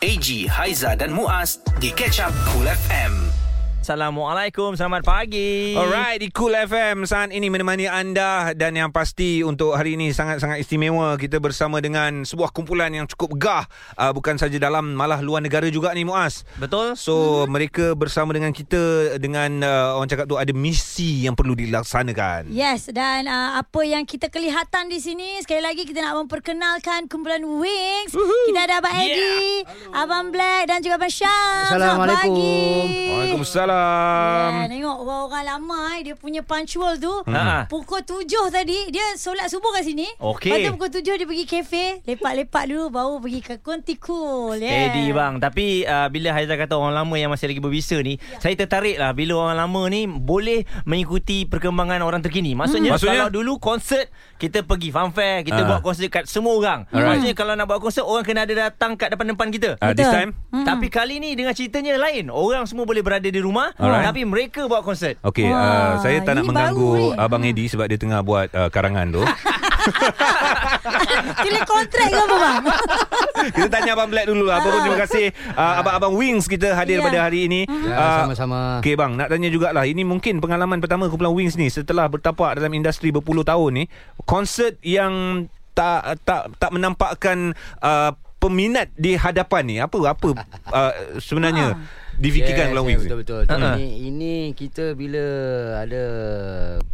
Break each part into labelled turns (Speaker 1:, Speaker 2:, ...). Speaker 1: AG, Haiza dan Muaz di Catch Up Cool FM.
Speaker 2: Assalamualaikum, selamat pagi.
Speaker 3: Alright, di Cool FM saat ini menemani anda dan yang pasti untuk hari ini sangat-sangat istimewa kita bersama dengan sebuah kumpulan yang cukup gah uh, bukan saja dalam malah luar negara juga ni Muaz.
Speaker 2: Betul?
Speaker 3: So,
Speaker 4: Hmm.
Speaker 3: mereka bersama dengan kita dengan uh, orang cakap tu ada misi yang perlu dilaksanakan.
Speaker 4: Yes dan uh, apa yang kita kelihatan di sini sekali lagi kita nak memperkenalkan kumpulan Wings. Woohoo. Kita ada Abang
Speaker 2: Yeah.
Speaker 4: Eddie, Abang Black dan juga Abang Syam.
Speaker 5: Assalamualaikum.
Speaker 4: Waalaikumsalam.
Speaker 3: Waalaikumsalam.
Speaker 4: Ya, tengok orang-orang lama eh, dia punya punctual tu
Speaker 3: Hmm.
Speaker 2: Ha.
Speaker 4: pukul tujuh tadi dia solat subuh kat sini.
Speaker 2: Okey.
Speaker 4: Lepas tu pukul tujuh dia pergi kafe, lepak-lepak dulu baru pergi ke Konti Cool. Yeah.
Speaker 2: Steady Eh, bang Tapi uh, bila Haizah kata orang lama yang masih lagi berbisa ni ya. Saya tertarik lah Bila orang lama ni boleh mengikuti perkembangan orang terkini Maksudnya,
Speaker 3: Hmm.
Speaker 2: Maksudnya?
Speaker 3: Maksudnya?
Speaker 2: kalau dulu konsert Kita pergi fanfare Kita
Speaker 3: Ah.
Speaker 2: buat konsert kat semua orang
Speaker 3: Alright.
Speaker 2: Maksudnya kalau nak buat konsert Orang kena ada datang kat depan-depan kita
Speaker 3: Uh, this
Speaker 4: Betul.
Speaker 3: time
Speaker 2: Mm. Tapi kali ni dengan ceritanya lain Orang semua boleh berada di rumah
Speaker 3: Alright.
Speaker 2: Tapi mereka buat konsert
Speaker 3: Okay,
Speaker 4: Wah,
Speaker 3: uh, saya tak nak
Speaker 4: ini
Speaker 3: mengganggu
Speaker 4: baru eh. ni.
Speaker 3: Abang Edi sebab dia tengah buat uh, karangan tu.
Speaker 4: Kena kontrak ke apa bang?
Speaker 3: kita tanya Abang Black dulu lah. Abang pun terima kasih. Uh, Abang-abang Wings kita hadir
Speaker 4: Ya.
Speaker 3: pada hari ini.
Speaker 5: Ya,
Speaker 3: Uh,
Speaker 5: sama-sama.
Speaker 3: Okey bang, nak tanya jugalah. Ini mungkin pengalaman pertama kumpulan Wings ni setelah bertapak dalam industri berpuluh tahun ni, konsert yang tak tak tak menampakkan uh, peminat di hadapan ni. Apa apa uh, sebenarnya difikirkan kumpulan Wings
Speaker 5: betul
Speaker 3: ni?
Speaker 5: betul.
Speaker 2: Ha-ha.
Speaker 5: Uh-huh. Ini ini kita bila ada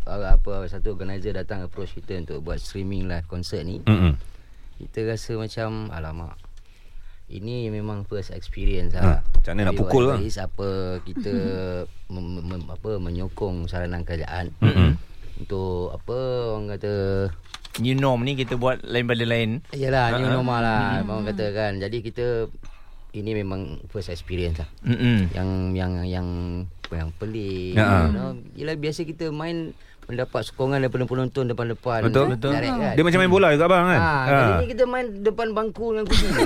Speaker 5: apa, apa satu organizer datang approach kita untuk buat streaming live concert ni,
Speaker 3: Mm-mm.
Speaker 5: kita rasa macam alamak. Ini memang first experience
Speaker 3: Ha,
Speaker 5: lah.
Speaker 3: macam mana nak
Speaker 5: Tapi
Speaker 3: pukul
Speaker 5: what
Speaker 3: lah.
Speaker 5: it Is apa kita mem, mem, apa menyokong saranan kerajaan
Speaker 3: Mm-mm.
Speaker 5: untuk apa orang kata
Speaker 2: New norm ni kita buat lain pada lain
Speaker 5: Yalah new normal lah
Speaker 3: Hmm.
Speaker 5: orang kata kan. Jadi kita ini memang first experience lah.
Speaker 2: Mm-mm.
Speaker 5: yang yang yang yang pelik
Speaker 3: Ya.
Speaker 5: you know ialah biasa kita main mendapat sokongan daripada penonton depan-depan
Speaker 3: Betul.
Speaker 5: Betul. Direct, kan?
Speaker 3: Dia macam main bola juga bang kan?
Speaker 5: ha,
Speaker 3: Ha.
Speaker 5: kali ni kita main depan bangku dengan kursi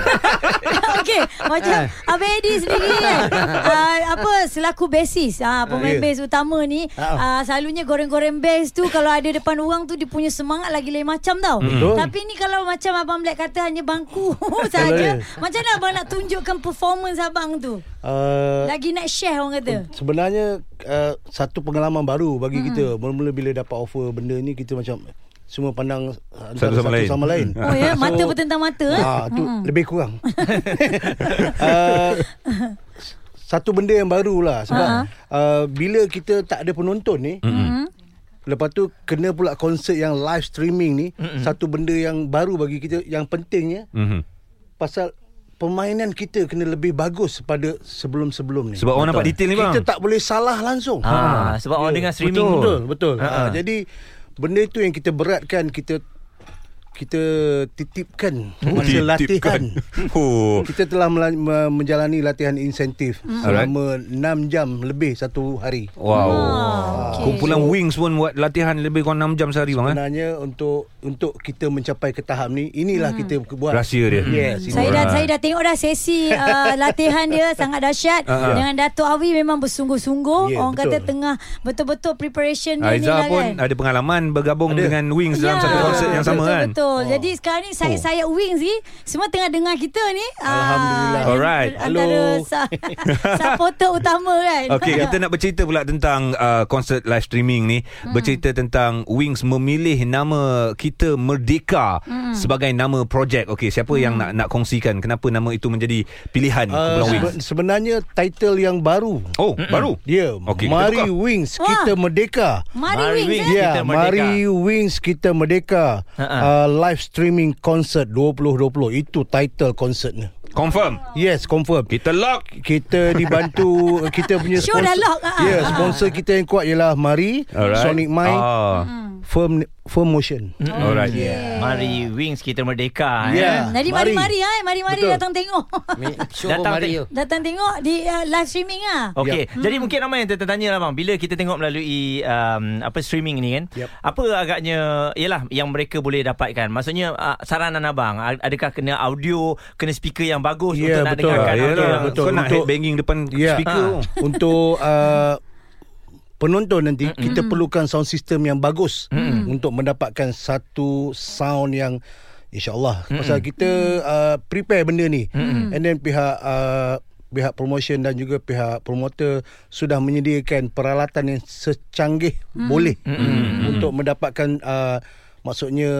Speaker 4: Okey, macam
Speaker 3: Eh.
Speaker 4: Abang Edi sendiri kan. uh, apa selaku basis, ah pemain
Speaker 3: ya. Ah.
Speaker 4: bass utama ni, uh, selalunya goreng-goreng bass tu kalau ada depan orang tu dia punya semangat lagi lain macam tau.
Speaker 3: Betul.
Speaker 4: Tapi ni kalau macam abang Black kata hanya bangku saja, macam mana abang nak tunjukkan performance abang tu?
Speaker 3: Eh.
Speaker 6: Uh,
Speaker 4: Lagi nak share orang kata.
Speaker 6: sebenarnya uh, satu pengalaman baru bagi kita. Mula-mula bila dapat offer benda ni kita macam semua pandang antara
Speaker 3: sama lain.
Speaker 6: sama lain.
Speaker 4: Oh ya, mata bertentang mata. eh?
Speaker 6: Ah, tu hmm. lebih kurang. uh, s- satu benda yang baru lah sebab
Speaker 4: Ha.
Speaker 6: uh-huh. uh, bila kita tak ada penonton ni,
Speaker 4: Hmm.
Speaker 6: lepas tu kena pula konsert yang live streaming ni, satu benda yang baru bagi kita yang pentingnya
Speaker 3: Mhm.
Speaker 6: pasal permainan kita kena lebih bagus pada sebelum-sebelum ni.
Speaker 3: Sebab orang nampak detail ni bang. Ha.
Speaker 6: Kita tak boleh salah langsung.
Speaker 2: Ah, sebab orang dengar streaming.
Speaker 6: Betul, betul.
Speaker 2: Ha,
Speaker 6: Ha,
Speaker 2: ha.
Speaker 6: jadi benda tu yang kita beratkan kita kita titipkan masa latihan.
Speaker 3: kan? Oh. Hmm.
Speaker 6: Kita telah mela- me- menjalani latihan insentif
Speaker 3: Alright. Oh, eh?
Speaker 6: selama 6 jam lebih satu hari.
Speaker 3: Wow.
Speaker 4: Ah,
Speaker 3: Ah,
Speaker 4: okey.
Speaker 3: Kumpulan Wings pun buat latihan lebih kurang 6 jam sehari bang. eh?
Speaker 6: Sebenarnya untuk untuk kita mencapai ke tahap ni inilah kita buat.
Speaker 3: Rahsia dia. Hmm.
Speaker 6: Yes.
Speaker 4: Hmm. Saya dah
Speaker 3: Alright.
Speaker 4: saya dah tengok dah sesi uh, latihan dia sangat dahsyat
Speaker 3: Ah, ah.
Speaker 4: dengan Dato Awi memang bersungguh-sungguh
Speaker 6: Ya,
Speaker 4: orang
Speaker 6: betul.
Speaker 4: kata tengah betul-betul preparation dia ni
Speaker 3: Ah, Aizah
Speaker 4: lah
Speaker 3: pun
Speaker 4: kan.
Speaker 3: ada pengalaman bergabung Ya, dengan Wings dalam satu konsert yang sama
Speaker 4: Ya. betul,
Speaker 3: kan. Oh.
Speaker 4: Betul. Jadi sekarang ni saya saya Wings ni semua tengah dengar kita ni.
Speaker 6: Alhamdulillah.
Speaker 4: Ah,
Speaker 3: Alright.
Speaker 4: Antara
Speaker 6: Hello.
Speaker 4: sa- supporter utama kan.
Speaker 3: Okey, kita nak bercerita pula tentang uh, konsert live streaming ni. Hmm. Bercerita tentang Wings memilih nama kita Merdeka hmm. sebagai nama projek. Okey, siapa hmm. yang nak nak kongsikan kenapa nama itu menjadi pilihan
Speaker 6: Uh,
Speaker 3: Kumpulan Wings?
Speaker 6: sebe- sebenarnya title yang baru.
Speaker 3: Oh, baru.
Speaker 6: Ya,
Speaker 3: Okey, kita
Speaker 6: mari
Speaker 3: tukar.
Speaker 6: Wings
Speaker 4: Wah.
Speaker 6: kita merdeka.
Speaker 4: Mari,
Speaker 2: Mari
Speaker 4: Wings.
Speaker 2: Wings.
Speaker 4: Eh?
Speaker 2: Ya.
Speaker 6: Ya,
Speaker 2: Kita
Speaker 6: yeah,
Speaker 2: merdeka.
Speaker 6: mari Wings kita merdeka.
Speaker 2: Ha-ha.
Speaker 6: Uh, live streaming concert 2020 itu title concertnya.
Speaker 3: Confirm.
Speaker 6: Yes, confirm.
Speaker 3: Kita lock.
Speaker 6: Kita dibantu kita punya
Speaker 4: Show dah lock, ah.
Speaker 6: Ya, yeah, sponsor kita yang kuat ialah Mari,
Speaker 3: Alright.
Speaker 6: Sonic Mind,
Speaker 3: Ah.
Speaker 4: Hmm.
Speaker 6: Firm Firm Motion.
Speaker 3: Alright. Yeah.
Speaker 2: Mari Wings kita merdeka eh.
Speaker 6: Ya.
Speaker 4: Jadi mari-mari
Speaker 6: Mari.
Speaker 4: eh. Mari-mari
Speaker 6: Betul.
Speaker 4: datang tengok.
Speaker 5: Mi- show
Speaker 2: Datang
Speaker 5: mari
Speaker 2: tadi.
Speaker 5: tu
Speaker 4: datang tengok di uh, live streaming ah.
Speaker 2: Okey,
Speaker 6: ya.
Speaker 2: yep. jadi mungkin ramai yang tertanya lah bang bila kita tengok melalui um, apa streaming ni kan.
Speaker 6: Yep.
Speaker 2: Apa agaknya ialah yang mereka boleh dapatkan. Maksudnya uh, saranan abang a- adakah kena audio, kena speaker yang bagus untuk nak
Speaker 6: Ya, betul.
Speaker 2: dengarkan
Speaker 3: Ah,
Speaker 6: Yalah,
Speaker 2: audio yang
Speaker 3: betul.
Speaker 6: betul.
Speaker 3: Kau nak
Speaker 6: Untuk-
Speaker 3: headbanging depan
Speaker 6: Ya.
Speaker 3: speaker.
Speaker 2: Ah.
Speaker 3: tu.
Speaker 6: Untuk uh, penonton nanti mm kita perlukan sound system yang bagus mm untuk mendapatkan satu sound yang InsyaAllah mm-hmm. Pasal kita uh, prepare benda ni mm-hmm. And then pihak uh, pihak promotion dan juga pihak promoter sudah menyediakan peralatan yang secanggih mm-hmm. boleh mm-hmm. untuk mendapatkan uh, maksudnya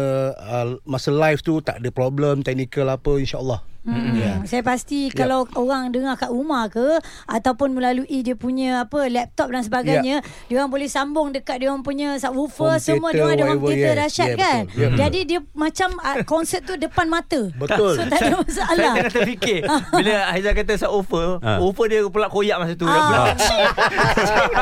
Speaker 6: uh, masa live tu tak ada problem teknikal apa insyaallah
Speaker 4: Hmm. Yeah. Saya pasti yep. kalau orang dengar kat rumah ke ataupun melalui dia punya apa laptop dan sebagainya, yeah. dia orang boleh sambung dekat dia orang punya subwoofer
Speaker 6: Home
Speaker 4: semua dia
Speaker 6: theatre,
Speaker 4: orang ada home
Speaker 6: whatever,
Speaker 4: theater
Speaker 6: yes.
Speaker 4: dahsyat
Speaker 6: Yeah,
Speaker 4: kan.
Speaker 6: betul. Yeah.
Speaker 4: Jadi dia macam uh, konsert tu depan mata.
Speaker 6: Betul.
Speaker 4: So tak ada masalah.
Speaker 2: Saya tengah terfikir Bila Haizah kata Sub offer
Speaker 3: Ha.
Speaker 2: Offer dia pula koyak masa tu
Speaker 6: Ha.
Speaker 4: Ah.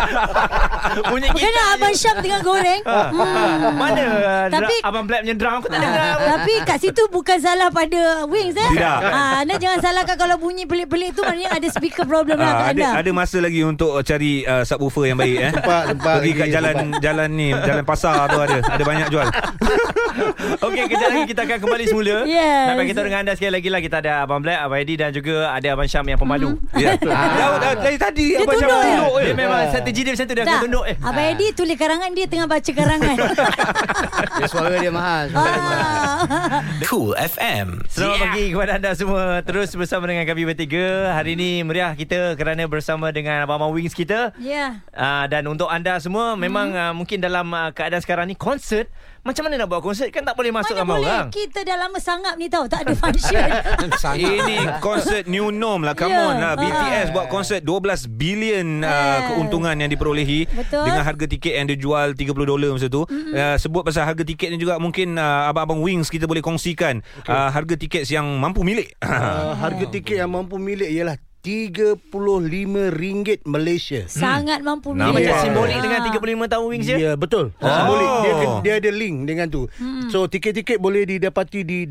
Speaker 2: Bunyi kita
Speaker 4: Kena Abang Syam tengah goreng.
Speaker 2: Ah.
Speaker 4: Hmm.
Speaker 2: Mana uh, Tapi,
Speaker 4: Tapi-
Speaker 2: Abang Black punya drum Aku tak dengar
Speaker 4: Ah, tapi kat situ bukan salah pada Wings eh.
Speaker 3: Tidak.
Speaker 4: Ah, anda jangan salahkan kalau bunyi pelik-pelik tu maknanya ada speaker problem lah kat
Speaker 3: Ah,
Speaker 4: anda.
Speaker 3: ada ada masa lagi untuk cari uh, subwoofer yang baik eh.
Speaker 6: Sempat, sempat
Speaker 3: Pergi
Speaker 6: lagi,
Speaker 3: kat jalan
Speaker 6: sempat.
Speaker 3: jalan ni, jalan pasar tu ada. Ada banyak jual.
Speaker 2: Okey, kejap lagi kita akan kembali semula.
Speaker 4: Yes.
Speaker 2: Sampai kita dengan anda sekali lagi lah. Kita ada Abang Black, Abang Eddie dan juga ada Abang Syam yang pemandu.
Speaker 3: Ya. Dah
Speaker 2: Ah.
Speaker 3: dah dari tadi
Speaker 4: Mhm. Dia
Speaker 3: abang
Speaker 4: tunduk,
Speaker 3: Syam
Speaker 4: ya?
Speaker 3: tunduk,
Speaker 2: Dia
Speaker 3: eh.
Speaker 2: memang strategi dia macam tu. Dia akan
Speaker 4: Tak.
Speaker 2: tunduk. Eh.
Speaker 4: Abang Edi tulis karangan dia tengah baca karangan.
Speaker 5: Dia suara dia mahal. Suara dia mahal.
Speaker 4: ah.
Speaker 1: Cool FM.
Speaker 2: Selamat pagi kepada anda semua. Terus bersama dengan kami bertiga. Hari ini meriah kita kerana bersama dengan Abang Abang Wings kita.
Speaker 4: Ya.
Speaker 2: Uh, dan untuk anda semua memang
Speaker 4: Mhm.
Speaker 2: uh, mungkin dalam uh, keadaan sekarang ni konsert macam mana nak buat konsert kan tak boleh masuk
Speaker 4: Mana
Speaker 2: ramai
Speaker 4: boleh
Speaker 2: orang.
Speaker 4: kita dah lama sangat ni tau tak ada function.
Speaker 3: Ini konsert new norm lah Come
Speaker 4: Ya.
Speaker 3: on lah
Speaker 4: Ah.
Speaker 3: BTS buat konsert 12 bilion
Speaker 4: Yes.
Speaker 3: uh, keuntungan yang diperolehi
Speaker 4: Betul.
Speaker 3: Dengan harga tiket yang dia jual 30 dolar masa tu mm-hmm. uh, Sebut pasal harga tiket ni juga Mungkin uh, abang-abang Wings kita boleh kongsikan okay. uh, Harga tiket yang mampu milik
Speaker 6: Uh, harga tiket yang mampu milik ialah RM35 Malaysia.
Speaker 4: sangat mampu
Speaker 2: Dia
Speaker 4: milik.
Speaker 2: macam
Speaker 6: Yeah.
Speaker 2: simbolik
Speaker 4: Ah.
Speaker 2: dengan 35 tahun Wings
Speaker 6: Ya,
Speaker 2: dia.
Speaker 6: yeah, betul.
Speaker 3: Oh.
Speaker 6: Simbolik. Dia, dia ada link dengan tu. Hmm. So, tiket-tiket boleh didapati di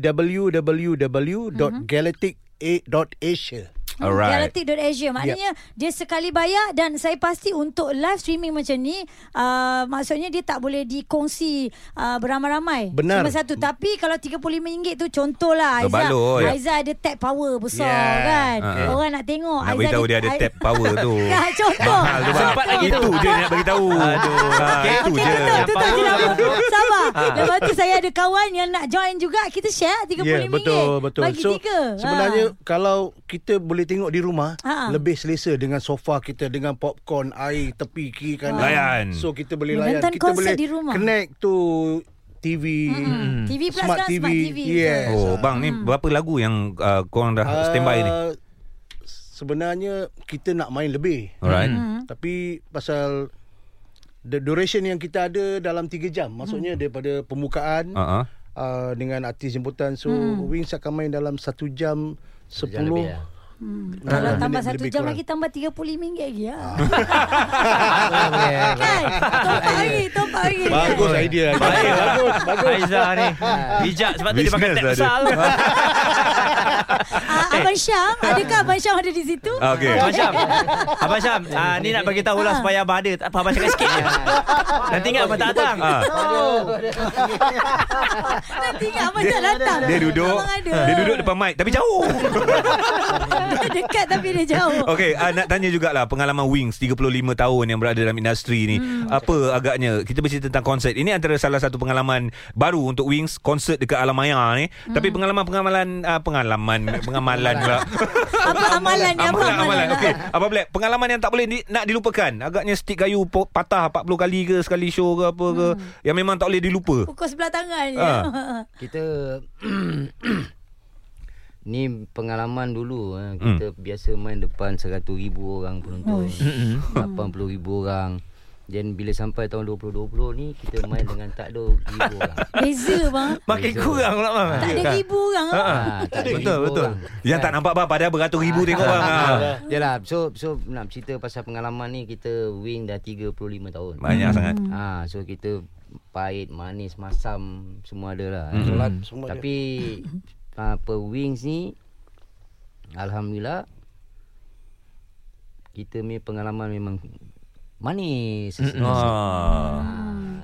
Speaker 6: www.galactic8.asia.
Speaker 3: Alright
Speaker 4: Galatic.asia Hmm, Maknanya yep. Dia sekali bayar Dan saya pasti Untuk live streaming macam ni uh, Maksudnya dia tak boleh Dikongsi uh, Beramai-ramai Cuma
Speaker 6: Benar.
Speaker 4: satu Tapi kalau RM35 tu Contohlah Aizah
Speaker 3: Terbaloi.
Speaker 4: Aizah ada tap power besar
Speaker 6: Yeah.
Speaker 4: kan
Speaker 3: Ha.
Speaker 4: Orang nak tengok
Speaker 3: Nak beritahu dia ada tap power tu
Speaker 4: Ya, contoh
Speaker 3: Mahal tu bang
Speaker 2: Sempat lagi tu.
Speaker 3: Itu je dia nak beritahu Aduh
Speaker 2: Okey,
Speaker 3: Itu
Speaker 4: Okey,
Speaker 3: je
Speaker 4: tutup, tutup
Speaker 2: Yang
Speaker 4: je lah.
Speaker 2: power tu.
Speaker 4: Sabar. Lepas tu saya ada kawan yang nak join juga. Kita share RM35.
Speaker 6: Ya, betul, betul.
Speaker 4: Bagi
Speaker 6: so,
Speaker 4: tiga.
Speaker 6: sebenarnya
Speaker 4: Ha.
Speaker 6: kalau kita boleh tengok di rumah,
Speaker 4: Ha.
Speaker 6: lebih selesa dengan sofa kita, dengan popcorn, air, tepi, kiri, kanan.
Speaker 3: Layan.
Speaker 6: So, kita boleh layan.
Speaker 4: Menonton
Speaker 6: kita
Speaker 4: konsert
Speaker 6: boleh
Speaker 4: di rumah.
Speaker 6: connect to TV.
Speaker 4: Mm-mm. TV plus
Speaker 6: smart
Speaker 4: sekarang
Speaker 6: TV.
Speaker 4: smart TV, betul.
Speaker 6: Yes.
Speaker 3: Oh bang ni berapa lagu yang uh, korang dah standby ni
Speaker 6: Ah, Sebenarnya kita nak main lebih.
Speaker 3: Alright
Speaker 4: Hmm.
Speaker 3: Hmm.
Speaker 6: Tapi pasal the duration yang kita ada dalam 3 jam. Maksudnya
Speaker 4: Hmm.
Speaker 6: daripada pembukaan
Speaker 3: Uh-huh.
Speaker 6: uh, dengan artis jemputan. So
Speaker 4: Hmm.
Speaker 6: Wings akan main dalam 1 jam 10.
Speaker 5: Jam lebih lah.
Speaker 4: Hmm. Kalau
Speaker 6: Ah,
Speaker 4: tambah
Speaker 6: lebih-
Speaker 4: satu
Speaker 6: lebih
Speaker 4: jam
Speaker 6: kurang.
Speaker 4: lagi Tambah RM35 lagi ya.
Speaker 5: Boleh.
Speaker 4: Kan Top up lagi Top up lagi
Speaker 6: Bagus idea.
Speaker 2: Baik, bagus, bagus. Aizah ni bijak sebab tu dia pakai
Speaker 3: Business
Speaker 2: tap
Speaker 3: lah dia.
Speaker 2: besar tu.
Speaker 4: Ah, Abang Syam Adakah Abang Syam ada di situ?
Speaker 3: Okay
Speaker 2: Abang Syam Abang Syam ah, Ni nak bagi tahu lah Supaya abang ada Tak apa abang cakap sikit je Nanti ingat abang tak datang
Speaker 3: Ah.
Speaker 4: Nanti ingat Abang tak datang
Speaker 3: Dia duduk
Speaker 4: Abang ada
Speaker 3: Dia duduk depan mic Tapi jauh
Speaker 4: Dia dekat tapi dia jauh
Speaker 3: Okay uh, Nak tanya jugalah Pengalaman Wings 35 tahun Yang berada dalam industri ni hmm. Apa agaknya Kita bercerita tentang konsert Ini antara salah satu pengalaman Baru untuk Wings Konsert dekat Alamaya ni hmm. Tapi pengalaman-pengalaman uh, Pengalaman Pengamalan pula
Speaker 4: Apa amalan dia Apa
Speaker 3: Amalan
Speaker 4: amalan
Speaker 3: Amalan Okay Abang Black Pengalaman yang tak boleh di, Nak dilupakan Agaknya stick kayu po- Patah 40 kali ke Sekali show ke apa ke Yang memang tak boleh dilupa
Speaker 4: Pukul sebelah tangan je
Speaker 3: Ah.
Speaker 5: Kita Ni pengalaman dulu eh.
Speaker 2: Hmm.
Speaker 5: Kita biasa main depan 100 ribu orang penonton 80 ribu orang Dan bila sampai tahun 2020 ni Kita main dengan tak ada ribu orang
Speaker 4: Beza bang
Speaker 2: Makin
Speaker 5: Betul.
Speaker 2: kurang pula bang
Speaker 4: Tak ada ribu orang
Speaker 2: Ah, ah.
Speaker 5: Ah, tak ada
Speaker 2: Betul,
Speaker 5: ribu
Speaker 2: betul.
Speaker 5: orang.
Speaker 3: Yang tak nampak bang Padahal beratus ribu tengok bang Ah.
Speaker 5: Yalah lah. so so nak cerita pasal pengalaman ni kita wing dah 35 tahun.
Speaker 6: Hmm.
Speaker 3: Banyak sangat
Speaker 5: Ah so kita pahit, manis, masam semua ada lah.
Speaker 3: Hmm.
Speaker 6: Solat semua ada.
Speaker 5: Tapi apa wings ni alhamdulillah kita punya pengalaman memang manis. Ha,
Speaker 3: Ah.
Speaker 5: Ah,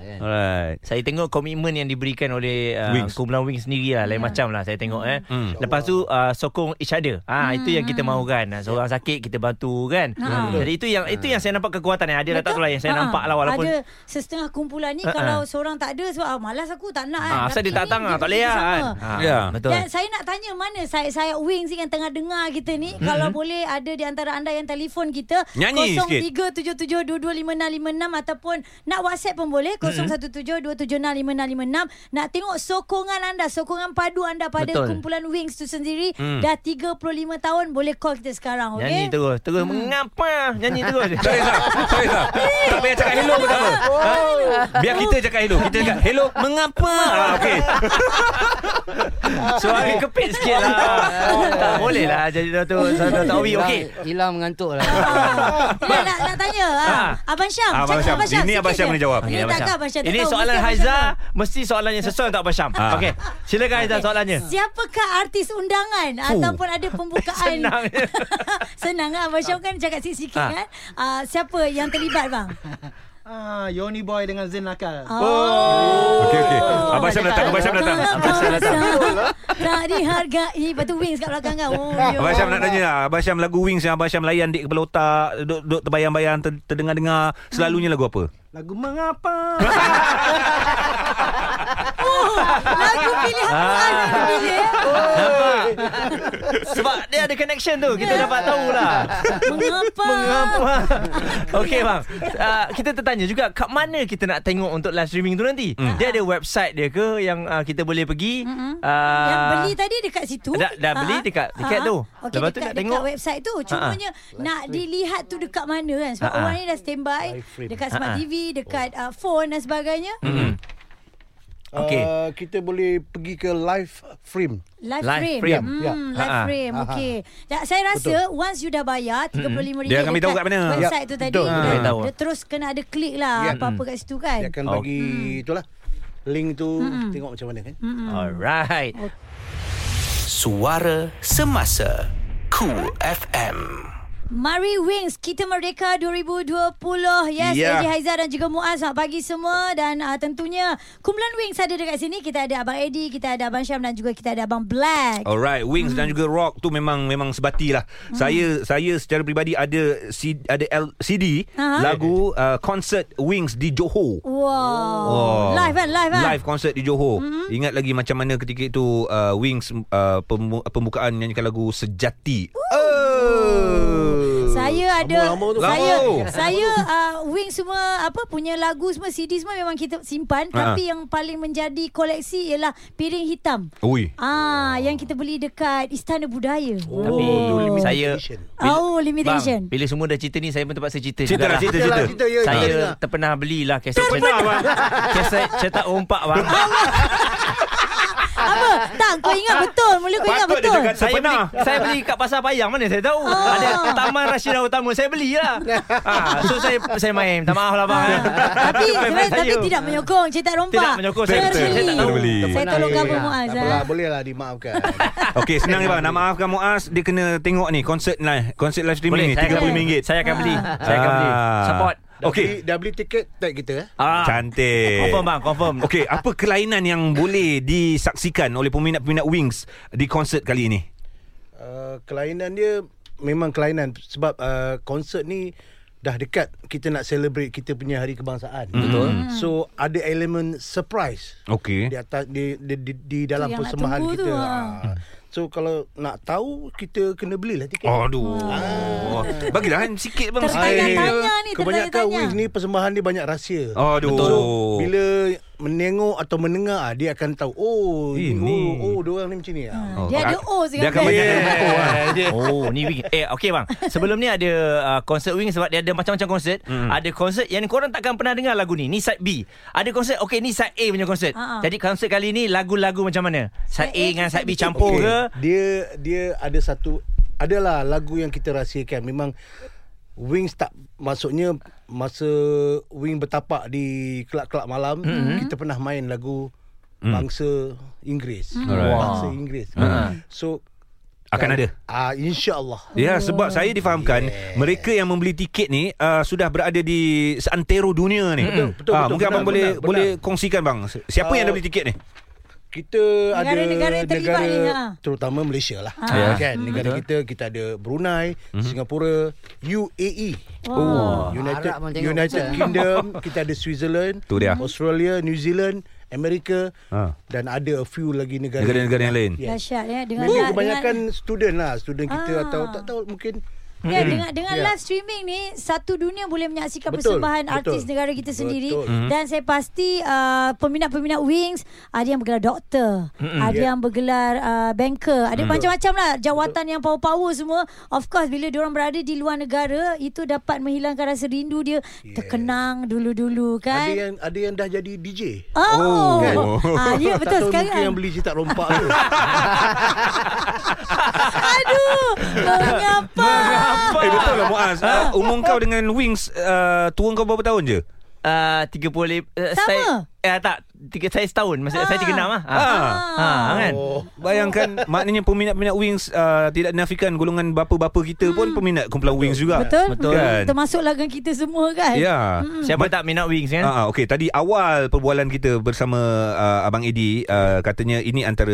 Speaker 5: kan? kan.
Speaker 3: Alright.
Speaker 2: Saya tengok komitmen yang diberikan oleh uh,
Speaker 3: Wings.
Speaker 2: kumpulan Wings sendiri lah. Lain macam lah saya tengok eh. Mm. Lepas tu uh, sokong each other. Ha, Itu yang kita mahukan. Ah, Seorang sakit kita bantu kan.
Speaker 4: Ha.
Speaker 2: Jadi itu yang itu yang saya nampak kekuatan yang ada lah tak
Speaker 4: Betul?
Speaker 2: tahu lah yang saya
Speaker 4: Ha-ha.
Speaker 2: nampak lah walaupun.
Speaker 4: Ada sesetengah kumpulan ni
Speaker 2: Ha-ha.
Speaker 4: Kalau seorang tak ada Sebab ah, malas aku tak nak kan
Speaker 2: Ah, asal dia tak
Speaker 4: Tapi ni
Speaker 2: datang ah,
Speaker 4: dia
Speaker 2: tak boleh lah
Speaker 4: bersama.
Speaker 2: kan. Ah,
Speaker 3: Ya.
Speaker 2: Betul.
Speaker 4: Dan saya nak tanya mana sayap-sayap wings yang tengah dengar kita ni mm-hmm. kalau boleh ada di antara anda yang telefon kita
Speaker 3: Nyanyi
Speaker 4: 0377225656 ataupun nak WhatsApp pun boleh
Speaker 2: Mm-hmm.
Speaker 4: 0172765656 nak tengok sokongan anda sokongan padu anda pada
Speaker 2: Betul.
Speaker 4: Betul. kumpulan wings tu sendiri mm. dah 35 tahun boleh call kita sekarang okey
Speaker 2: Nyanyi terus. Terus mengapa nyanyi terus.
Speaker 3: Tak kisah. Tak kisah. Tak payah cakap hello pun tak apa. Ha? Biar kita cakap hello. Kita cakap hello. Mengapa? Ha, okay.
Speaker 2: Suara kepit sikit lah. tak boleh lah jadi Dato' Dato' Tawi.
Speaker 5: Hilang-
Speaker 2: Okey.
Speaker 5: Hilang mengantuk lah.
Speaker 4: Tidak, nak, nak tanya ha. Abang Syam
Speaker 3: Ah, Abang
Speaker 4: cakap
Speaker 3: Syam.
Speaker 4: Abang Syam
Speaker 3: Ini
Speaker 4: sikit
Speaker 3: Abang Syam
Speaker 4: je.
Speaker 3: kena jawab.
Speaker 4: Ini
Speaker 3: Okey, Abang
Speaker 4: takkan Abang Syam tak
Speaker 2: Ini
Speaker 4: tahu,
Speaker 2: soalan
Speaker 4: mesti Abang Syam
Speaker 2: Haiza
Speaker 4: tahu.
Speaker 2: Mesti soalan yang sesuai Untuk Abang Syam
Speaker 3: Ah.
Speaker 2: Okey Silakan Haiza soalannya
Speaker 4: Siapakah artis undangan Fuh. Ataupun ada pembukaan
Speaker 2: Senang je.
Speaker 4: Senang kan Abang Syam kan cakap sikit-sikit
Speaker 2: Ah.
Speaker 4: kan uh, Siapa yang terlibat bang
Speaker 7: Ah, Yoni Boy dengan Zain Nakal.
Speaker 4: Oh
Speaker 3: Okey, okey. Abang Syam datang. Abang Syam datang. Abang Syam datang.
Speaker 4: Tak dihargai Lepas tu wings kat belakang kan oh, ya
Speaker 3: Abang Syam nak
Speaker 4: Allah.
Speaker 3: tanya lah. Abang Syam lagu Wings yang Abang Syam layan dik kepala otak. Duk, duk terbayang-bayang, ter, terdengar-dengar. Selalunya lagu apa?
Speaker 7: Lagu Mengapa?
Speaker 4: oh, Lagu pilihan
Speaker 2: Ah.
Speaker 4: Quran yang dipilih
Speaker 2: Nampak Sebab dia ada connection tu Kita dapat tahu lah
Speaker 4: Mengapa
Speaker 2: Mengapa Okey bang uh, Kita tertanya juga Kat mana kita nak tengok Untuk live streaming tu nanti Dia ada website dia ke Yang uh, kita boleh pergi
Speaker 4: Hmm. Mm-mm.
Speaker 2: uh,
Speaker 4: Yang beli tadi dekat situ Ah,
Speaker 2: Dah- dah
Speaker 4: Ha-ha.
Speaker 2: beli dekat- dekat
Speaker 4: Ha-ha.
Speaker 2: tu.
Speaker 4: Okey
Speaker 2: Lepas tu
Speaker 4: dekat,
Speaker 2: nak
Speaker 4: dekat
Speaker 2: tengok. Ah,
Speaker 4: website tu Cumanya Nak dilihat tu dekat mana kan Sebab
Speaker 2: Ha-ha.
Speaker 4: orang ni dah standby Dekat smart
Speaker 2: Ha-ha.
Speaker 4: TV Dekat
Speaker 6: Oh.
Speaker 4: uh, phone dan sebagainya
Speaker 2: Hmm. Okey.
Speaker 6: Uh, kita boleh pergi ke live frame.
Speaker 4: Live,
Speaker 2: Live
Speaker 4: frame,
Speaker 2: frame. Ah,
Speaker 4: Hmm,
Speaker 6: Ya.
Speaker 4: Live
Speaker 2: Ha-ha.
Speaker 4: frame Okey Dan Saya rasa Once you dah
Speaker 2: Hmm.
Speaker 4: bayar RM35
Speaker 3: Dia akan beritahu kat mana.
Speaker 4: Website tu tadi
Speaker 6: Betul.
Speaker 4: dah-
Speaker 2: Dia beritahu.
Speaker 4: Dia terus kena ada klik
Speaker 6: Ya.
Speaker 4: lah Apa-apa kat situ kan
Speaker 6: Dia akan
Speaker 2: Oh.
Speaker 6: bagi itulah link tu
Speaker 4: Hmm.
Speaker 6: tengok macam mana kan.
Speaker 2: Hmm. Alright
Speaker 1: Suara Semasa Cool FM
Speaker 4: Mari Wings Kita Merdeka 2020 Yes yeah.
Speaker 6: Ya.
Speaker 4: Eddie Haizah dan juga Muaz Selamat pagi semua Dan uh, tentunya Kumpulan Wings ada dekat sini Kita ada Abang Eddie Kita ada Abang Syam Dan juga kita ada Abang Black oh.
Speaker 3: Alright, Wings dan juga Rock tu memang memang sebati lah.
Speaker 4: Hmm.
Speaker 3: Saya saya secara peribadi ada C, ada L, CD
Speaker 4: Aha.
Speaker 3: lagu uh, concert Wings di Johor.
Speaker 4: Wow oh. Live kan Live kan Hmm.
Speaker 3: Live concert di Johor. Mm-hmm. Ingat lagi macam mana ketika itu uh, Wings uh, pembu- pembukaan nyanyikan lagu Sejati. Oh.
Speaker 4: saya ada
Speaker 6: lama tu.
Speaker 4: saya
Speaker 3: Lama.
Speaker 4: saya uh, wing semua apa punya lagu semua CD semua memang kita simpan
Speaker 3: Ha.
Speaker 4: tapi yang paling menjadi koleksi ialah piring hitam.
Speaker 3: Oh! Ui.
Speaker 4: Ah yang kita beli dekat Istana Budaya. Oh,
Speaker 2: Tapi saya
Speaker 4: oh
Speaker 2: Bang,
Speaker 4: limitation.
Speaker 2: bila semua dah cerita ni Saya pun terpaksa cerita
Speaker 3: Cerita
Speaker 2: jugalah.
Speaker 3: lah, cerita, cerita.
Speaker 7: Kita ya.
Speaker 2: Saya terpernah belilah kaset cetak bang. Kaset cetak rompak bang.
Speaker 4: Apa? Tak, kau ingat betul. Mula kau ingat
Speaker 3: Patut dia
Speaker 4: betul.
Speaker 3: cakap
Speaker 2: Saya beli,
Speaker 3: Terpernah.
Speaker 2: saya beli kat pasar payang mana saya tahu.
Speaker 4: Oh.
Speaker 2: Ada Taman Rashida Utama saya belilah. ha, so saya saya main. Minta maaf lah bang.
Speaker 4: Ah,
Speaker 2: eh.
Speaker 4: tapi
Speaker 2: Main-main
Speaker 4: sebenarnya tapi
Speaker 2: saya.
Speaker 4: tidak menyokong cetak rompak.
Speaker 2: Tidak menyokong, saya
Speaker 4: saya
Speaker 2: betul.
Speaker 4: beli.
Speaker 2: Saya tak tahu.
Speaker 3: Terbeli.
Speaker 4: Saya tolong gabung Muaz.
Speaker 6: Tak
Speaker 4: ah.
Speaker 6: apalah, boleh lah dimaafkan.
Speaker 3: Okey, senang je bang. Nak maafkan Muaz, dia kena tengok ni konsert live, konsert live streaming ni
Speaker 2: saya akan-
Speaker 3: RM30.
Speaker 2: Saya akan beli. Saya akan beli.
Speaker 3: Ah.
Speaker 2: Support.
Speaker 6: Dah
Speaker 3: Okey.
Speaker 6: beli- Dah beli tiket tag kita eh.
Speaker 2: Ah.
Speaker 3: Cantik.
Speaker 2: Confirm bang, confirm.
Speaker 3: Okey, apa kelainan yang boleh disaksikan oleh peminat-peminat Wings di konsert kali ini?
Speaker 6: Uh, kelainan dia memang kelainan sebab uh, konsert ni dah dekat kita nak celebrate kita punya hari kebangsaan.
Speaker 4: Hmm.
Speaker 6: Betul. So ada elemen surprise
Speaker 3: Okey.
Speaker 6: di atas di di, di, di dalam
Speaker 4: yang nak
Speaker 6: persembahan
Speaker 4: tunggu
Speaker 6: kita.
Speaker 4: tu, ha.
Speaker 6: Ah. So kalau nak tahu kita kena belilah tiket.
Speaker 3: Oh, Aduh.
Speaker 6: Ah.
Speaker 3: Oh. Bagilah kan sikit bang. sikit.
Speaker 4: Tertanya-tanya ni,
Speaker 6: Kebanyakan
Speaker 4: tertanya-tanya.
Speaker 6: Wings ni persembahan dia banyak rahsia.
Speaker 3: Aduh.
Speaker 6: So, bila menengok atau mendengar ah, dia akan tahu oh ini
Speaker 3: Ini.
Speaker 6: oh, oh dia orang ni macam ni. Ah.
Speaker 3: Oh,
Speaker 4: Dia ada
Speaker 3: ak-
Speaker 4: O sekarang.
Speaker 3: Dia akan
Speaker 4: kan?
Speaker 3: banyak yeah. oh, ah.
Speaker 2: Oh, ni big. Eh, okey bang. Sebelum ni ada uh, konsert Wing sebab dia ada macam-macam konsert.
Speaker 3: Hmm.
Speaker 2: Mm. Ada konsert yang korang takkan pernah dengar lagu ni. Ni side B. Ada konsert, okey ni side A punya konsert.
Speaker 4: Ha, ha.
Speaker 2: Jadi konsert kali ni lagu-lagu macam mana? Side A
Speaker 4: Side A
Speaker 2: dengan
Speaker 4: ke
Speaker 2: side B
Speaker 4: side B?
Speaker 2: campur ke?
Speaker 6: Dia dia ada satu adalah lagu yang kita rahsiakan. Memang Wings tak maksudnya masa Wing bertapak di kelab-kelab malam
Speaker 4: Hmm.
Speaker 6: mm-hmm. kita pernah main lagu bangsa Inggeris.
Speaker 3: Hmm.
Speaker 4: Hmm.
Speaker 3: Alright.
Speaker 6: Bangsa Inggeris. So
Speaker 3: Akan ada
Speaker 6: Ah insya-Allah.
Speaker 3: Ya sebab saya difahamkan yeah. mereka yang membeli tiket ni uh, sudah berada di seantero dunia ni. Betul
Speaker 6: betul,
Speaker 3: Ah,
Speaker 6: betul,
Speaker 3: mungkin
Speaker 6: benar,
Speaker 3: abang boleh
Speaker 6: benar, benar.
Speaker 3: boleh kongsikan bang. Siapa uh, yang dah beli tiket ni?
Speaker 6: Kita ada
Speaker 4: Negara-negara yang terlibat
Speaker 6: negara
Speaker 4: ni, ha.
Speaker 6: terutama Malaysia lah.
Speaker 3: Ya.
Speaker 6: Ha. Kan negara kita kita ada Brunei,
Speaker 3: Mhm.
Speaker 6: Singapura, UAE.
Speaker 3: Oh.
Speaker 6: United
Speaker 5: Arab pun tengok
Speaker 6: United
Speaker 5: pasal.
Speaker 6: Kingdom, kita ada Switzerland,
Speaker 3: Tu dia.
Speaker 6: Australia, New Zealand, Amerika
Speaker 3: Ha.
Speaker 6: dan ada a few lagi negara.
Speaker 3: Negara-negara yang lain.
Speaker 6: Yes.
Speaker 4: Dahsyat ya dengan
Speaker 6: Mungkin
Speaker 4: la-
Speaker 6: kebanyakan
Speaker 4: dengan,
Speaker 6: student lah, student kita
Speaker 4: Ah.
Speaker 6: atau tak tahu mungkin
Speaker 4: ya, dengan dengan
Speaker 6: Ya.
Speaker 4: live streaming ni satu dunia boleh menyaksikan
Speaker 6: Betul,
Speaker 4: persembahan
Speaker 6: betul.
Speaker 4: artis negara kita sendiri
Speaker 6: Betul.
Speaker 2: Mm-hmm.
Speaker 4: dan saya pasti uh, peminat-peminat Wings ada yang bergelar doktor, ada
Speaker 6: Ya.
Speaker 4: yang bergelar uh, banker, ada macam-macam lah jawatan yang power-power semua. Of course bila diorang berada di luar negara itu dapat menghilangkan rasa rindu dia terkenang dulu-dulu
Speaker 6: ada
Speaker 4: kan.
Speaker 6: yang ada yang dah jadi DJ.
Speaker 4: Oh,
Speaker 6: Kan?
Speaker 4: ah, ya
Speaker 6: tak tahu
Speaker 4: betul sekarang.
Speaker 6: mungkin yang beli cetak rompak tu. Oh.
Speaker 4: Aduh, mengapa?
Speaker 2: Mengapa?
Speaker 3: Eh betul lah Muaz. Uh, umur kau dengan Wings uh, tua kau berapa tahun je?
Speaker 2: Uh, 35 uh,
Speaker 4: Sama?
Speaker 2: saya, eh, Tak tiga, Saya setahun Maksud
Speaker 4: Ah.
Speaker 2: saya 36 lah ha. Ha, kan
Speaker 6: Oh.
Speaker 3: Bayangkan maknanya peminat-peminat Wings uh, tidak dinafikan golongan bapa-bapa kita pun peminat kumpulan Wings juga.
Speaker 4: Betul?
Speaker 2: Betul. Hmm.
Speaker 3: Kan?
Speaker 4: Termasuklah dengan kita semua kan?
Speaker 3: Ya.
Speaker 2: Siapa tak minat wings kan
Speaker 3: Ah, ah, okey tadi awal perbualan kita bersama uh, abang Edi uh, katanya ini antara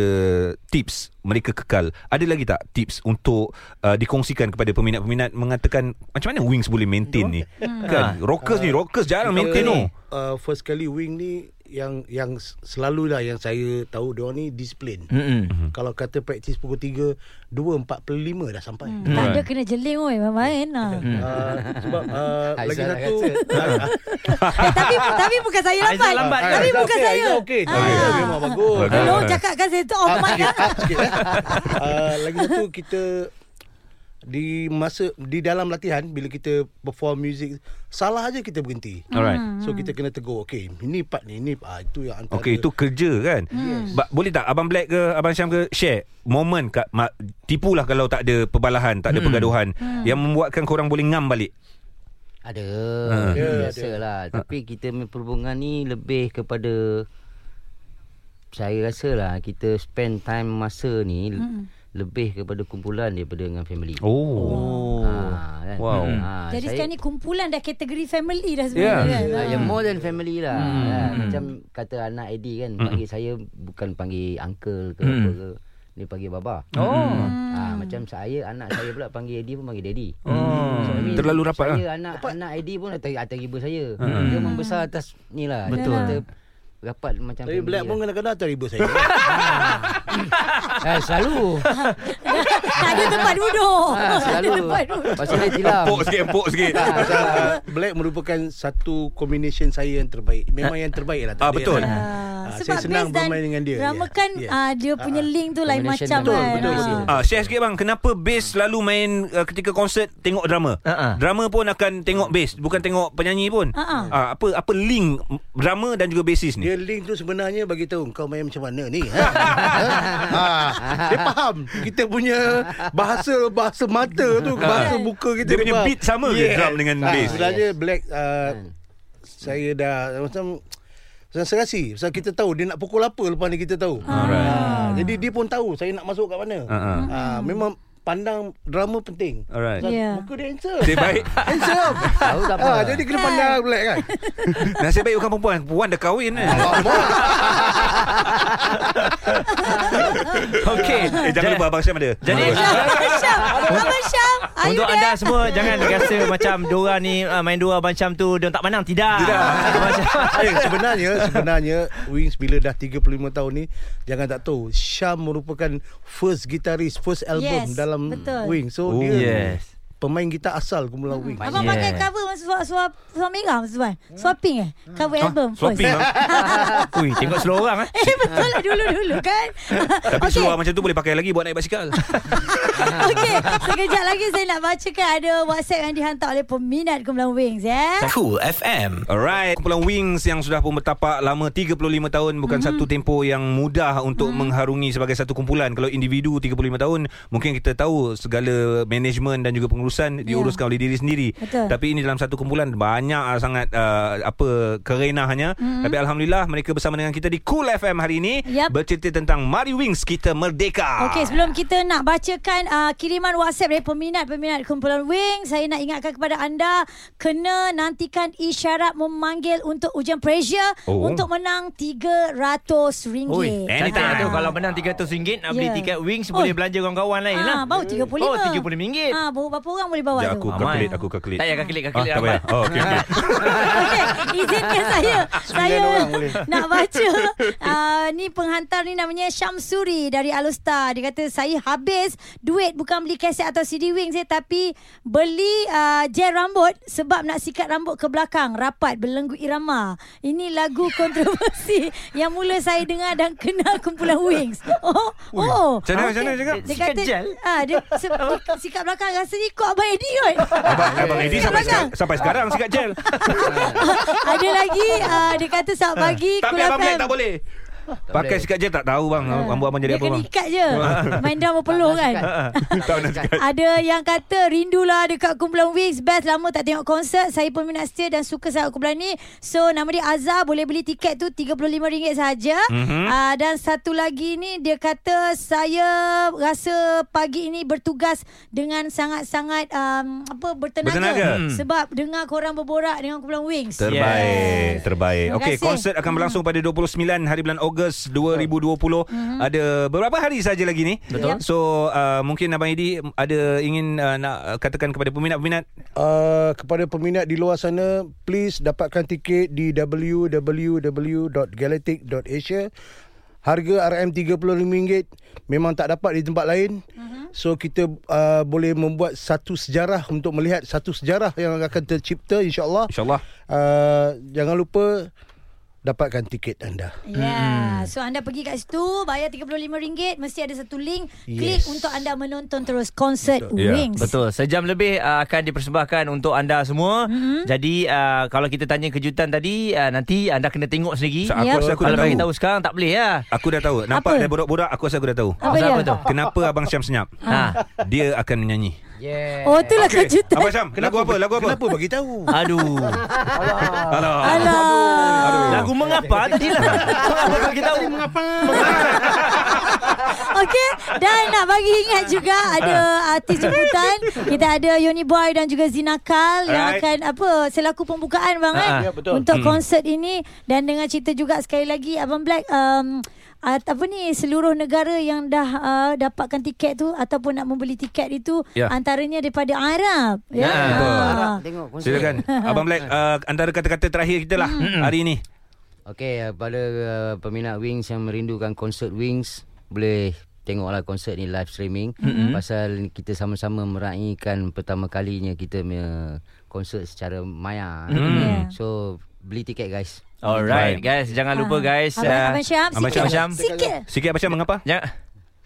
Speaker 3: tips mereka kekal. Ada lagi tak tips untuk uh, dikongsikan kepada peminat-peminat mengatakan macam mana Wings boleh maintain ni? Kan rockers ni rockers jarang maintain
Speaker 6: Kita,
Speaker 3: no.
Speaker 6: Uh, first kali wing ni yang yang selalu lah yang saya tahu dia ni disiplin.
Speaker 3: Hmm.
Speaker 2: Mm-mm.
Speaker 6: Kalau kata praktis pukul 3 2.45 dah sampai. Hmm.
Speaker 4: Tak ada kena jeling oi main-main lah.
Speaker 3: Hmm.
Speaker 6: Uh, sebab
Speaker 5: Aizah
Speaker 6: uh, lagi
Speaker 5: nak
Speaker 6: satu Ah,
Speaker 4: eh, tapi tapi bukan saya
Speaker 2: Aizah
Speaker 4: lambat.
Speaker 2: lambat kan?
Speaker 4: Tapi bukan
Speaker 6: okay,
Speaker 4: saya.
Speaker 6: Okey,
Speaker 4: Ah.
Speaker 6: okay. memang bagus. Ah,
Speaker 3: Bagus.
Speaker 4: Kalau cakap kan saya tu oh my
Speaker 6: Sikit, sikit, eh. uh, lagi satu kita di masa di dalam latihan bila kita perform music salah aja kita berhenti.
Speaker 3: Alright.
Speaker 6: So kita kena tegur. Okey, ini part ni, ni ah itu yang antara.
Speaker 3: Okey itu kerja kan. Ba- boleh tak abang Black ke abang Syam ke share moment kat ma- tipulah kalau tak ada perbalahan, tak ada pergaduhan yang membuatkan korang boleh ngam balik.
Speaker 5: Ada
Speaker 6: Ya,
Speaker 5: yeah,
Speaker 6: ada.
Speaker 5: Biasalah Tapi kita punya perhubungan ni Lebih kepada Saya rasa lah Kita spend time masa ni hmm. Lebih kepada kumpulan Daripada dengan family
Speaker 3: Oh.
Speaker 5: ha, kan?
Speaker 3: Wow.
Speaker 5: ha,
Speaker 4: Jadi
Speaker 5: saya-
Speaker 4: sekarang ni kumpulan dah kategori family dah sebenarnya
Speaker 3: Ya.
Speaker 4: kan.
Speaker 5: Ah,
Speaker 4: Ah.
Speaker 5: yang more than family lah. Hmm. Ha, macam kata anak Eddie kan, panggil saya bukan panggil uncle ke apa ke. Dia panggil baba. Oh. Ha, macam saya anak saya pula panggil Eddie pun panggil daddy.
Speaker 3: Oh.
Speaker 5: I mean,
Speaker 3: Terlalu rapat
Speaker 5: saya,
Speaker 3: lah.
Speaker 5: anak anak Eddie pun atas atas ibu saya. Dia membesar atas ni lah. Betul. Kita rapat macam
Speaker 6: Tapi Black pun
Speaker 5: lah.
Speaker 6: kadang-kadang atas riba saya.
Speaker 5: eh, selalu.
Speaker 4: tak ada tempat duduk.
Speaker 5: ha,
Speaker 4: tak ada
Speaker 5: selalu.
Speaker 4: tempat duduk.
Speaker 5: Pasal dia tilam.
Speaker 3: Empuk sikit, empuk sikit.
Speaker 6: Pasal, ah, Black merupakan satu combination saya yang terbaik. Memang yang terbaik lah. tak
Speaker 3: Ah,
Speaker 6: ada
Speaker 3: betul.
Speaker 6: yang lain.
Speaker 4: Ah,
Speaker 6: Ah,
Speaker 4: sebab
Speaker 6: saya senang
Speaker 4: Bez dan
Speaker 6: bermain dengan dia. Ya.
Speaker 4: Rama kan
Speaker 6: Yes.
Speaker 4: ah, dia punya link tu lain
Speaker 5: Combination
Speaker 4: macam
Speaker 5: dia.
Speaker 4: kan.
Speaker 6: Betul, betul,
Speaker 4: Ah.
Speaker 6: betul.
Speaker 3: Ah, share sikit bang, kenapa bass selalu main uh, ketika konsert tengok drama?
Speaker 2: Ha-ha.
Speaker 3: Drama pun akan tengok bass, bukan tengok penyanyi pun.
Speaker 4: Ha-ha.
Speaker 3: Ah, apa apa link drama dan juga bassis ni?
Speaker 6: Dia link tu sebenarnya bagi tahu kau main macam mana ni. Ha? ha? Dia faham. Kita punya bahasa bahasa mata tu, bahasa muka kita.
Speaker 3: Ha. Dia punya
Speaker 6: faham. Ha,
Speaker 3: beat sama ke drum dengan bass? Hmm.
Speaker 6: Sebenarnya Black uh, saya dah macam macam serasi. Sebab kita tahu dia nak pukul apa lepas ni kita tahu.
Speaker 3: Ah.
Speaker 6: Ha, jadi dia pun tahu saya nak masuk kat mana.
Speaker 3: Ha, ha.
Speaker 6: Ha, memang pandang drama penting.
Speaker 3: Alright.
Speaker 6: Sebab
Speaker 4: Ya.
Speaker 6: Muka dia handsome.
Speaker 3: Nasib baik.
Speaker 6: handsome.
Speaker 5: Tahu tak apa.
Speaker 6: ha, jadi kena pandang Black kan.
Speaker 3: Nasib baik bukan perempuan. Perempuan dah kahwin eh.
Speaker 2: Okay
Speaker 3: eh, jangan lupa abang Syam ada.
Speaker 2: Jadi
Speaker 4: Abang Syam, Abang Syam, are you
Speaker 2: Untuk
Speaker 4: there?
Speaker 2: anda semua Jangan rasa macam Dora ni ah, Main dua macam tu Dia tak pandang Tidak Ah,
Speaker 3: Tidak.
Speaker 2: Macam
Speaker 6: eh, sebenarnya sebenarnya Wings bila dah 35 tahun ni jangan tak tahu Syam merupakan first gitaris first album
Speaker 4: Yes,
Speaker 6: dalam
Speaker 4: betul. Hmm.
Speaker 6: Wings. So
Speaker 3: Oh,
Speaker 6: dia
Speaker 2: yes.
Speaker 6: pemain gitar asal kumpulan Wings.
Speaker 4: Abang
Speaker 2: Yeah.
Speaker 4: pakai cover masa suap suap suap merah masa tuan. Swapping eh. Cover album first.
Speaker 3: Swapping bang.
Speaker 2: Ui tengok slow orang eh.
Speaker 4: Eh betul lah dulu-dulu kan
Speaker 3: Tapi okay. seluar macam tu boleh pakai lagi buat naik basikal.
Speaker 4: Okey Sekejap lagi saya nak bacakan Ada WhatsApp yang dihantar oleh Peminat Kumpulan Wings ya
Speaker 1: Cool FM
Speaker 3: Alright, kumpulan Wings yang sudah pun bertapak lama 35 tahun bukan
Speaker 4: Mhm.
Speaker 3: mm-hmm. satu tempo yang mudah untuk mm-hmm. mengharungi sebagai satu kumpulan. Kalau individu 35 tahun, mungkin kita tahu segala management dan juga pengurusan
Speaker 4: Ya.
Speaker 3: diuruskan oleh diri sendiri.
Speaker 4: Betul.
Speaker 3: Tapi ini dalam satu kumpulan banyak ah, sangat uh, apa kerenahnya. Mm-hmm. Tapi alhamdulillah mereka bersama dengan kita di Cool FM hari ini
Speaker 4: Mhm. Yap.
Speaker 3: bercerita tentang Mari Wings kita merdeka.
Speaker 4: Okey, sebelum kita nak bacakan uh, kiriman WhatsApp dari peminat-peminat kumpulan Wing, saya nak ingatkan kepada anda kena nantikan isyarat memanggil untuk ujian pressure
Speaker 3: Oh.
Speaker 4: oh. untuk menang RM300.
Speaker 2: Oi,
Speaker 3: Anytime.
Speaker 2: cantik tu kalau menang RM300 nak beli
Speaker 4: Ya.
Speaker 2: tiket wings
Speaker 4: Oi.
Speaker 2: boleh belanja kawan-kawan lain lah.
Speaker 4: Ah, baru RM35.
Speaker 2: Oh, RM35.
Speaker 4: Ah, baru berapa orang boleh bawa
Speaker 3: Sekejap
Speaker 4: tu?
Speaker 3: Ya, aku
Speaker 2: Aman.
Speaker 3: calculate, aku calculate.
Speaker 2: Tak payah calculate, calculate
Speaker 3: Ah, tak payah.
Speaker 2: lambat.
Speaker 3: Oh, okey okey.
Speaker 4: Okey, izinkan saya. saya
Speaker 6: orang boleh.
Speaker 4: nak baca. Uh, ni penghantar ni namanya Syamsuri dari Alustar. Dia kata saya habis duit bukan beli kaset atau CD wing saya tapi beli uh, gel rambut sebab nak sikat rambut ke belakang rapat belenggu irama. Ini lagu kontroversi yang mula saya dengar dan kenal kumpulan Wings. Oh, oh.
Speaker 3: Macam mana, macam mana
Speaker 4: Okey.
Speaker 3: cakap?
Speaker 4: Dia
Speaker 2: Sikat
Speaker 4: kata,
Speaker 2: gel?
Speaker 4: ah, dia se- dia sikat belakang rasanya ikut Abang Eddie kot.
Speaker 3: Abang, abang Eddie
Speaker 4: Sikat
Speaker 3: sampai,
Speaker 4: belakang.
Speaker 3: seka- sampai sekarang sikat gel.
Speaker 4: Ada lagi uh, Dia kata saat pagi
Speaker 3: Ah. Tapi
Speaker 4: Cool
Speaker 3: abang Black
Speaker 4: FM.
Speaker 3: tak boleh. Pakai
Speaker 5: boleh.
Speaker 3: sikat gel tak tahu bang. Rambut abang jadi apa
Speaker 4: Ah. Dia kena
Speaker 3: bang? Ah.
Speaker 4: ikat je Main drum berpeluh kan
Speaker 3: Tak nak sikat.
Speaker 4: Ada yang kata Rindulah dekat kumpulan Wings Best lama tak tengok konsert Saya peminat setia Dan suka sangat kumpulan ni So nama dia Azhar Boleh beli tiket tu RM35 sahaja
Speaker 3: Mhm.
Speaker 4: mm-hmm. uh, Dan satu lagi ni Dia kata Saya rasa pagi ini bertugas Dengan sangat-sangat um, Apa Bertenaga,
Speaker 3: Bertenaga.
Speaker 4: Hmm. Sebab dengar korang berborak Dengan kumpulan Wings
Speaker 3: Terbaik,
Speaker 4: Yes.
Speaker 3: terbaik.
Speaker 4: Terima
Speaker 3: Okey,
Speaker 4: kasih. Hmm.
Speaker 3: konsert akan berlangsung pada 29 hari bulan Ogos 2020. Ada beberapa hari saja lagi ni.
Speaker 4: Hmm. Betul.
Speaker 3: So, uh, mungkin abang Edi ada ingin uh, nak uh, katakan kepada peminat-peminat
Speaker 6: Uh, kepada peminat di luar sana, please dapatkan tiket di www.galactic.asia. Harga RM35 memang tak dapat di tempat lain.
Speaker 4: Mm-hmm.
Speaker 6: Uh-huh. So kita uh, boleh membuat satu sejarah untuk melihat satu sejarah yang akan tercipta insya-Allah.
Speaker 3: Insyaallah.
Speaker 6: Uh, jangan lupa dapatkan tiket anda.
Speaker 4: Ya, yeah. so anda pergi kat situ bayar RM35 mesti ada satu link klik
Speaker 6: Yes.
Speaker 4: untuk anda menonton terus konsert
Speaker 3: Ya,
Speaker 4: Wings.
Speaker 2: Betul. Sejam lebih uh, akan dipersembahkan untuk anda semua. Mm-hmm. Jadi uh, kalau kita tanya kejutan tadi uh, nanti anda kena tengok sendiri.
Speaker 3: So, aku
Speaker 4: Yep.
Speaker 3: rasa aku
Speaker 2: kalau
Speaker 3: dah
Speaker 2: bagi
Speaker 3: tahu.
Speaker 2: tahu sekarang tak boleh ya.
Speaker 3: Aku dah tahu. Nampak
Speaker 4: Apa?
Speaker 3: dah borak-borak aku rasa aku dah tahu.
Speaker 4: Apa
Speaker 2: Pasal
Speaker 4: dia?
Speaker 2: apa tu?
Speaker 3: Kenapa abang Syam senyap?
Speaker 4: Ah.
Speaker 2: Ha.
Speaker 3: Dia akan menyanyi.
Speaker 5: Yeah.
Speaker 4: Oh, itulah okay.
Speaker 3: Okey,
Speaker 4: kejutan.
Speaker 3: Abang Syam, lagu apa? Lagu apa?
Speaker 6: Kenapa bagi tahu?
Speaker 2: Aduh.
Speaker 3: Alah.
Speaker 4: Alah.
Speaker 2: Lagu mengapa tadi lah. Mengapa tak kita tahu?
Speaker 7: Mengapa?
Speaker 4: Okey, dan nak bagi ingat juga ada artis jemputan. Kita ada Yoni Boy dan juga Zinakal yang
Speaker 3: Alright.
Speaker 4: akan apa selaku pembukaan bang kan
Speaker 2: Ah, ah. Ya,
Speaker 6: betul.
Speaker 4: untuk konsert ini dan dengan cerita juga sekali lagi Abang Black um, Uh, apa ni seluruh negara yang dah uh, dapatkan tiket tu ataupun nak membeli tiket itu
Speaker 3: Ya.
Speaker 4: antaranya daripada Arab
Speaker 2: Ya, betul.
Speaker 4: Ah.
Speaker 5: Tengok konsert.
Speaker 3: Silakan. Abang Black, uh, antara kata-kata terakhir kita lah hari ini.
Speaker 5: Okey, uh, pada uh, peminat Wings yang merindukan konsert Wings, boleh tengoklah konsert ni live streaming mm-hmm. pasal kita sama-sama meraihkan pertama kalinya kita punya konsert secara maya.
Speaker 4: Yeah.
Speaker 5: Mm. So, beli tiket guys.
Speaker 2: Alright guys, jangan lupa guys.
Speaker 4: Abang,
Speaker 2: ah,
Speaker 4: Abang Syam
Speaker 3: Abang
Speaker 4: sikit,
Speaker 2: Syam.
Speaker 4: sikit.
Speaker 3: Sikit abang Syam mengapa?
Speaker 2: Ya.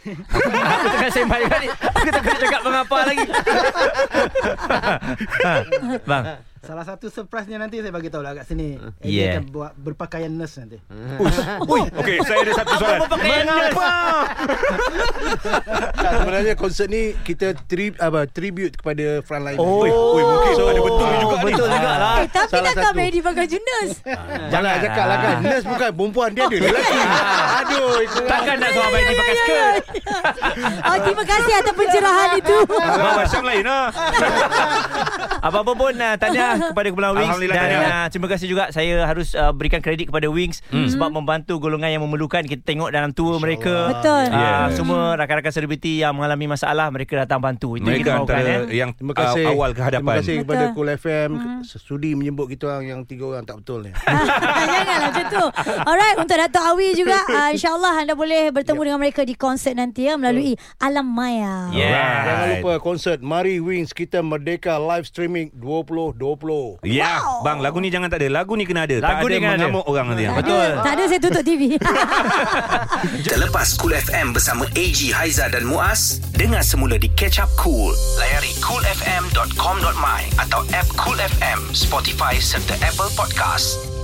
Speaker 2: aku tengah sembang juga ni. Aku tak kena cakap mengapa lagi. Bang.
Speaker 7: Salah satu surprise-nya nanti saya bagi tahu lah kat sini. Eh,
Speaker 2: Yeah.
Speaker 7: Dia akan buat berpakaian nurse nanti.
Speaker 3: Okey, saya ada satu soalan.
Speaker 2: Mengapa?
Speaker 6: tak, sebenarnya konsert ni kita tri, apa, tribute kepada frontline.
Speaker 3: Oi, oi, mungkin Oh.
Speaker 6: Oh,
Speaker 3: ada betul
Speaker 6: ah,
Speaker 3: juga ni. Ah.
Speaker 2: Betul juga lah.
Speaker 4: Eh, tapi takkan
Speaker 6: Salah satu. Ah,
Speaker 4: Mary pakai jenis.
Speaker 6: Jangan nak cakap lah kan Nurse bukan perempuan Dia ada lelaki Aduh itu lah.
Speaker 2: Takkan nak suara baik ni pakai skirt.
Speaker 4: Oh, terima kasih atas pencerahan itu.
Speaker 3: Abang abang Syam lain lah.
Speaker 2: Apa-apa pun uh, Tahniah kepada Kumpulan Wings
Speaker 3: Alhamdulillah,
Speaker 2: Dan
Speaker 3: tahniah.
Speaker 2: uh, terima kasih juga Saya harus uh, berikan kredit kepada Wings mm.
Speaker 3: Hmm.
Speaker 2: Sebab membantu golongan yang memerlukan Kita tengok dalam tour mereka
Speaker 4: Betul.
Speaker 2: Ah,
Speaker 3: Yes.
Speaker 2: Semua rakan-rakan selebriti Yang mengalami masalah Mereka datang bantu Itu
Speaker 3: Mereka
Speaker 2: yang kita mahukan
Speaker 3: antara
Speaker 2: eh.
Speaker 3: yang
Speaker 6: Terima kasih
Speaker 3: uh, awal ke
Speaker 6: Terima
Speaker 3: hadapan.
Speaker 6: kasih kepada
Speaker 4: Betul. Mm-hmm.
Speaker 6: Cool FM Sudi menyebut kita orang Yang tiga orang tak betul ni
Speaker 4: Janganlah macam tu. Alright, untuk Dato' Awi juga, uh, insyaAllah anda boleh bertemu dengan mereka di konsert nanti ya melalui Alam Maya.
Speaker 2: Yeah.
Speaker 3: Alright.
Speaker 6: Jangan lupa konsert Mari Wings Kita Merdeka Live streaming 2020
Speaker 3: Ya, yeah. bang lagu ni jangan tak ada. Lagu ni kena ada.
Speaker 2: Lagu
Speaker 3: tak
Speaker 2: ni
Speaker 3: ada
Speaker 2: kena ada.
Speaker 3: mengamuk orang nanti.
Speaker 4: Tak ada, tak ada saya tutup TV.
Speaker 1: Terlepas Cool FM bersama AG Haiza dan Muaz, dengar semula di Catch Up Cool. Layari coolfm.com.my atau app Cool FM, Spotify serta Apple Podcast.